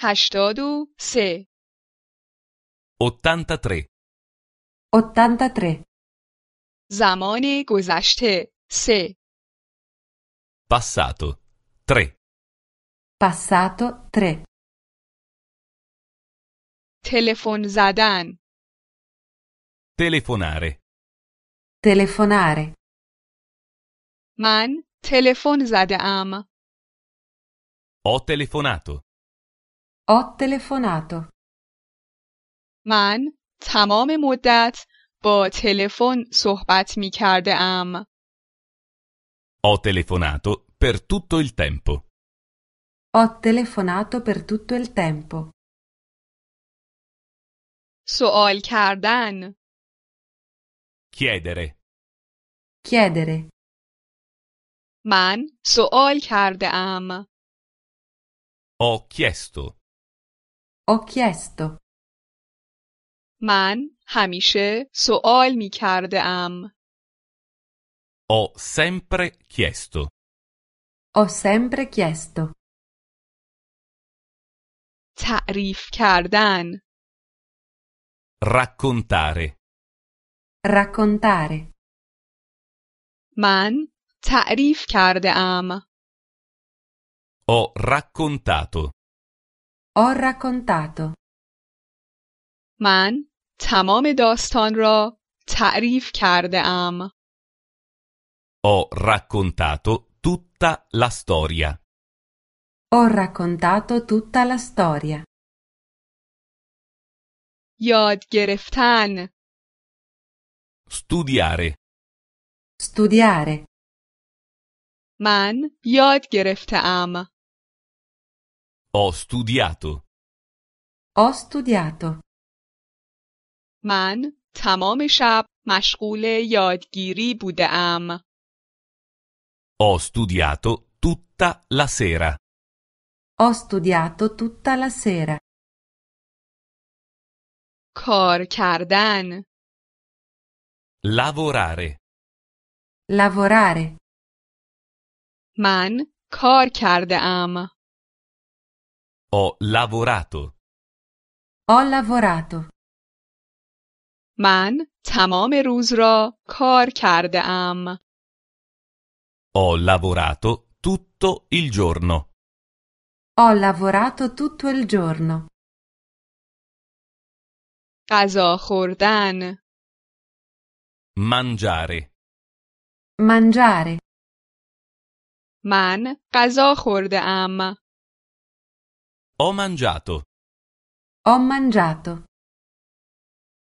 هشتاد و سه 83. 83. زمان گذشته سه Passato. 3. Passato 3. تلفن زدن Telefonare. Telefonare. من تلفن زده ام Ho telefonato. Ho telefonato. من تمام مدت با تلفن صحبت می کرده ام Ho telefonato per tutto il tempo. Ho telefonato per tutto il tempo. سوال کردن Chiedere. Chiedere. من سوال کرده ام Ho chiesto. Ho chiesto. من همیشه سوال می کرده ام Ho sempre chiesto. Ho sempre chiesto. تعریف کردن Raccontare. Raccontare. من تعریف کرده ام Ho raccontato. Ho raccontato. من تمام داستان را تعریف کرده ام Ho raccontato tutta la storia. Ho raccontato tutta la storia. یاد گرفتن Studiare. Studiare. من یاد گرفته ام Ho studiato. Ho studiato. من تمام شب مشغول یادگیری بوده ام Ho studiato tutta la sera. Ho studiato tutta la sera. کار کردن Lavorare. Lavorare. من کار کرده ام Ho lavorato. Ho lavorato. من تمام روز را کار کرده ام Ho lavorato tutto il giorno. Ho lavorato tutto il giorno. غذا خوردن Mangiare. Mangiare. من غذا خورده ام Ho mangiato. Ho mangiato.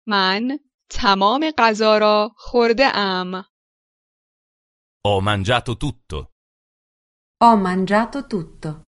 من تمام غذا را خورده ام Ho mangiato tutto. Ho mangiato tutto.